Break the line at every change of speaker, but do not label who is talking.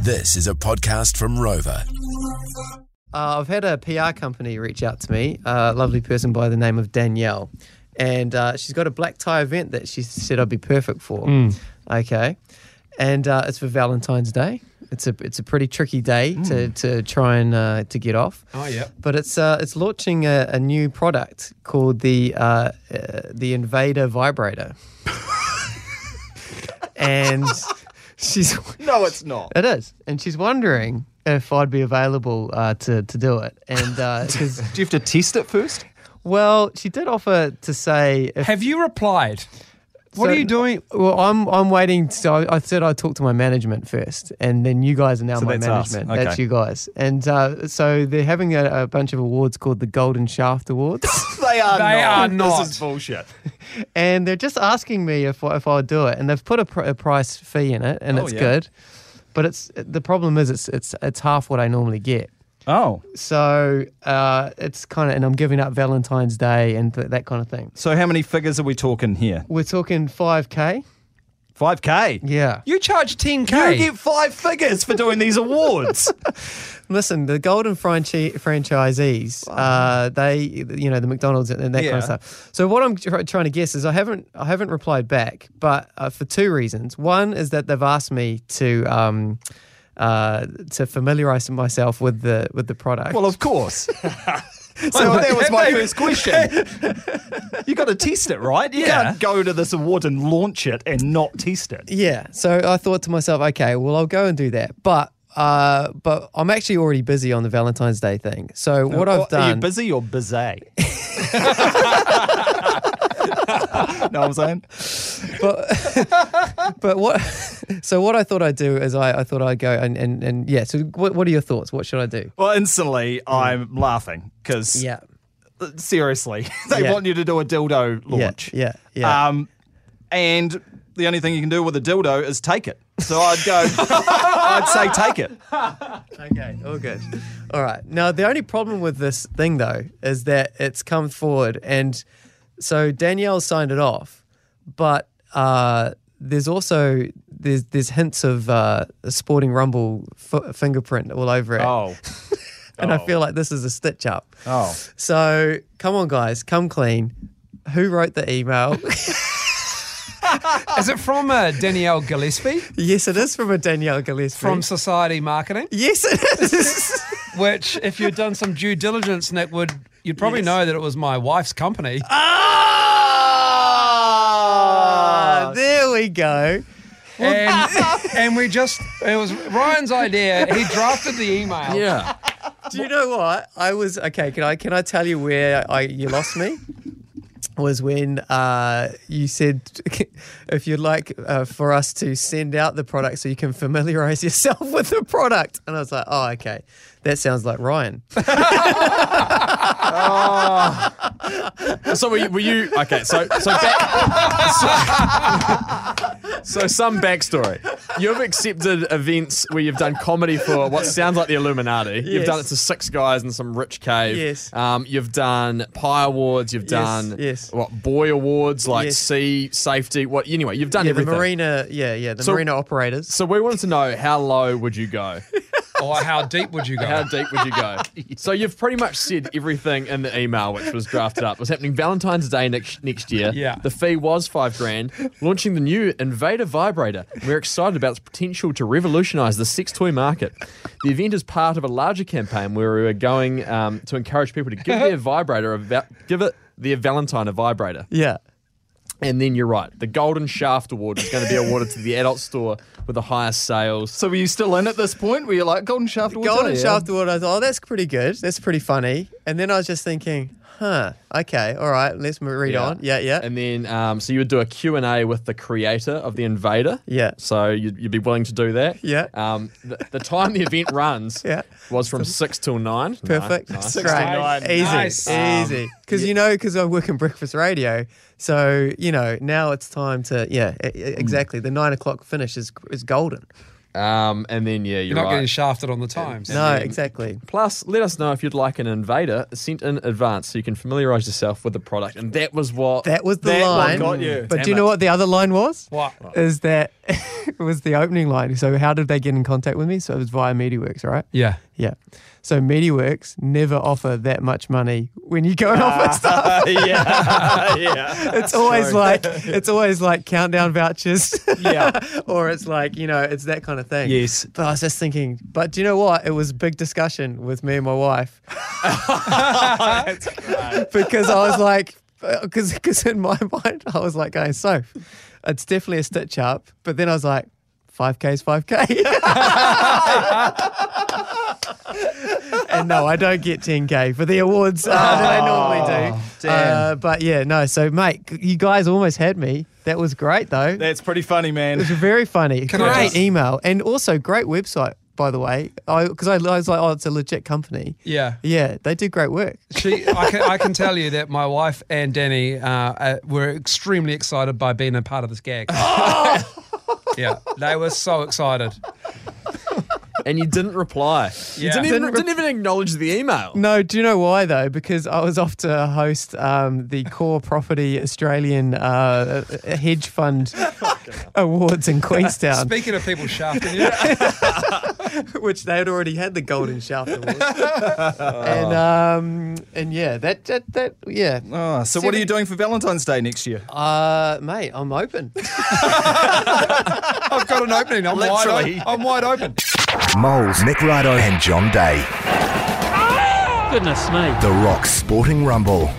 This is a podcast from Rover.
Uh, I've had a PR company reach out to me, a lovely person by the name of Danielle, and uh, she's got a black tie event that she said I'd be perfect for. Okay, and uh, it's for Valentine's Day. It's a it's a pretty tricky day to, to try and uh, to get off.
Oh, yep.
But it's uh, it's launching a, a new product called the uh, uh, the Invader Vibrator, and she's
No, it's not.
it is, and she's wondering if I'd be available uh, to to do it. And uh 'cause
Do you have to test it first?
well, she did offer to say, if,
Have you replied? What
so-
are you doing?
Well, I'm I'm waiting. So I, I said I'd talk to my management first, and then you guys are now
So
my
that's us.
management.
Okay.
That's you guys, and uh, so they're having a, a bunch of awards called the Golden Shaft Awards,
They are
They are not.
This is bullshit.
and they're just asking me if I- if I'll do it, and they've put a, pr- a price fee in it, and
Oh,
it's
yeah.
good, but it's the problem is it's it's it's half what I normally get.
Oh.
So uh, it's kind of, and I'm giving up Valentine's Day and th- that kind of thing.
So how many figures are we talking here?
We're talking 5K.
5K.
Yeah.
You charge
You
10k.
get five figures for doing these awards.
Listen, the Golden franchi- franchisees, uh, they, you know, the McDonald's and that kind
Yeah.
of stuff. So what I'm tr- trying to guess is I haven't, I haven't replied back, but uh, for two reasons. One is that they've asked me to, um, uh, to familiarize myself with the with the product.
well, of course. so that was my first question. you got to test it, right? You
Yeah.
can't go to this award and launch it and not test it.
Yeah. So I thought to myself, okay, well, I'll go and do that. But uh, but I'm actually already busy on the Valentine's Day thing. So what
Or
I've
Are you
done,
busy or busy? no, I'm saying.
but what, so what I thought I'd do is I, I thought I'd go and, and, and yeah. So what, what are your thoughts? What should I do?
Well, instantly I'm laughing because
Yeah.
seriously, they
Yeah.
want you to do a dildo launch.
yeah, yeah.
Um, and the only thing you can do with a dildo is take it. So I'd go, I'd say take it.
Okay. All good. All right. Now the only problem with this thing though is that it's come forward, and so Danielle signed it off, but uh, there's also there's there's hints of uh, a sporting rumble f- fingerprint all over it.
Oh,
and I feel like this is a stitch up.
Oh.
So come on, guys, come clean. Who wrote the email?
Is it from uh, Danielle Gillespie
yes, it is from a Danielle Gillespie.
from Society Marketing?
yes, it is.
Which, if you'd done some due diligence, Nick would you'd probably know that it was my wife's company.
Ah, there we go.
and, and we just it was Ryan's idea. He drafted the email.
yeah.
Do you know what I was? Okay, can I can I tell you where I you lost me? Was when uh, you said if you'd like uh, for us to send out the product so you can familiarize yourself with the product, and I was like, oh, okay, that sounds like Ryan.
So were you, were you okay? So so back, so, so some backstory. You've accepted events where you've done comedy for what sounds like the Illuminati. You've done
Yes.
it to six guys in some rich cave.
Yes.
Um, you've done pie awards. You've done
yes.
what boy awards like
Yes.
sea safety. What anyway? You've done
Yeah, the
everything.
marina, yeah, yeah, the
So-
marina operators.
So we wanted to know how low would you go?
Or Oh, how deep would you go?
How deep would you go? So you've pretty much said everything in the email, which was drafted up. It was happening Valentine's Day next next year.
Yeah.
The fee was five grand. Launching the new Invader Vibrator. We're excited about its potential to revolutionise the sex toy market. The event is part of a larger campaign where we are going um, to encourage people to give their vibrator a va- give it their Valentine a vibrator.
Yeah.
And then you're right. The Golden Shaft Award is going to be awarded to the adult store with the highest sales.
So were you still in at this point? Were you like Golden Shaft? Awards?
Golden
Oh, yeah.
Shaft Award, I thought, oh, that's pretty good. That's pretty funny. And then I was just thinking, huh, okay, all right, let's m- read on. Yeah, yeah.
And then, um, so you would do a Q&A with the creator of The Invader.
Yeah.
So you'd, you'd be willing to do that.
Yeah.
Um, the, the time the event runs
Yeah.
was from 6 till 9. Ni-
Perfect.
nice.
Great.
69.
Easy.
Nice.
Easy.
Um,
Because, you know, because I work in breakfast radio.
Mm.
So, you know, now it's time to, yeah, e- e- exactly. The nine o'clock finish is, is golden.
Um, and then yeah, you're,
You're not
right.
getting shafted on the times.
No, exactly.
Plus, let us know if you'd like an invader sent in advance so you can familiarise yourself with the product. And that was what
That was the
That one
line.
got you.
But
Damn
do you know
it.
what the other line was?
What?
Is that it was the opening line. So how did they get in contact with me? So it was via MediaWorks, right?
Yeah.
Yeah. So MediaWorks never offer that much money when you go and
Ah.
offer stuff.
yeah, yeah.
It's always like it's always like countdown vouchers.
Yeah.
or it's like, you know, it's that kind of thing.
Yes.
But I was just thinking, but do you know what? It was a big discussion with me and my wife. because I was like, because because in my mind I was like going, so it's definitely a stitch up. But then I was like, five k is five k. And no, I don't get 10k for the awards uh, that I
Oh,
normally do. Uh, but yeah, no. So mate, c- you guys almost had me. That was great though.
That's pretty funny, man.
It's very funny.
Can
great
I just-
email and also great website. By the way, because I, I was like, oh, it's a legit company.
Yeah.
Yeah, they do great work.
She, I can, I can tell you that my wife and Danny uh, uh, were extremely excited by being a part of this gag. yeah, they were so excited.
and you didn't reply. You
Yeah.
didn't even,
Didn't
didn't,
re-
even acknowledge the email.
No, do you know why though? Because I was off to host um, the Core Property Australian uh, Hedge Fund Awards in Queenstown,
Speaking of people shafting you,
which they had already had the Golden Shaft Award. and um, and yeah, that that, that yeah.
Oh, so what are you doing for Valentine's Day next year?
Uh, mate, I'm open.
I've got an opening. I'm wide
Literally.
open. I'm wide open.
Moles, Nick Rido, and John Day.
Goodness me.
The Rock Sporting Rumble.